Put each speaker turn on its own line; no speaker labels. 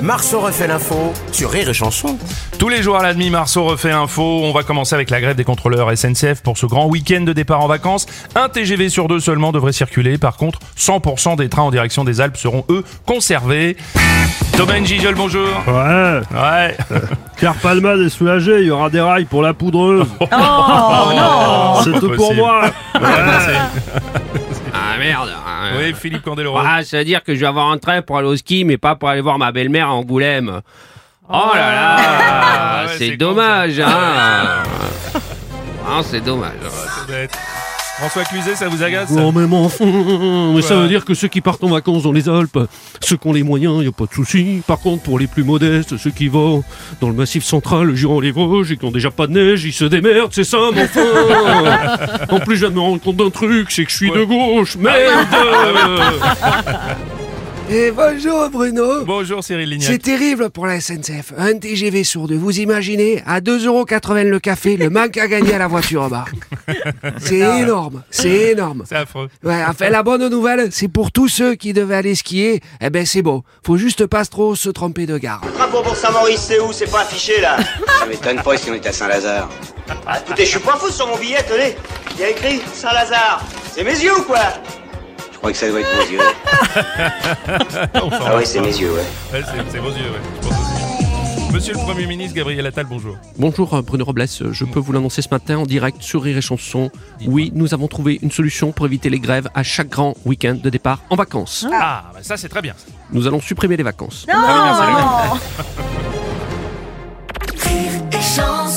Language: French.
Marceau refait l'info sur Rire et Chanson.
Tous les jours à la demi, Marceau refait info. On va commencer avec la grève des contrôleurs SNCF pour ce grand week-end de départ en vacances. Un TGV sur deux seulement devrait circuler. Par contre, 100% des trains en direction des Alpes seront, eux, conservés. Domaine Gijol, bonjour.
Ouais,
Ouais.
Pierre Palmade est soulagé, il y aura des rails pour la poudreuse.
Oh,
C'est tout pour
Possible.
moi.
Ah merde ah,
Oui, Philippe Candeloro.
Ah, c'est-à-dire que je vais avoir un train pour aller au ski, mais pas pour aller voir ma belle-mère à Angoulême. Oh là là
Ah, ouais, c'est
C'est dommage, hein Ah, c'est dommage.
François Cluzet, ça vous agace ça
Oh mais mon fond, mais ça
Quoi
veut dire que ceux qui partent en vacances dans les Alpes, ceux qui ont les moyens, il a pas de souci. Par contre, pour les plus modestes, ceux qui vont dans le massif central, le Giron, les Vosges, et qui ont déjà pas de neige, ils se démerdent, c'est ça, mon fond En plus, je viens de me rendre compte d'un truc, c'est que je suis de gauche,
Ah,
Ah
merde
Et Eh, bonjour Bruno
Bonjour Cyril Lignac.
C'est terrible pour la SNCF. Un TGV sur deux. Vous imaginez, à 2,80€ le café, le manque à gagner à la voiture en bas. C'est énorme, c'est énorme.
C'est affreux.
Ouais, enfin, la bonne nouvelle, c'est pour tous ceux qui devaient aller skier, eh ben c'est beau. Faut juste pas trop se tromper de gare.
Drapeau pour Saint-Maurice, c'est où C'est pas affiché là
Ça m'étonne pas si on est à Saint-Lazare.
Ah, Écoutez, je suis pas fou sur mon billet, tenez Il y a écrit Saint-Lazare C'est mes yeux ou quoi
Je crois que ça doit être vos yeux.
Enfin,
Ah oui, c'est mes yeux, ouais.
ouais, c'est c'est vos yeux, ouais. Je pense aussi. Monsieur le Premier ministre Gabriel Attal, bonjour.
Bonjour euh, Bruno Robles, Euh, je peux vous l'annoncer ce matin en direct sur Rire et Chanson. Oui, nous avons trouvé une solution pour éviter les grèves à chaque grand week-end de départ en vacances.
Ah, bah ça c'est très bien.
Nous allons supprimer les vacances.
Ah oui, bien, c'est bien.
Rire et chanson.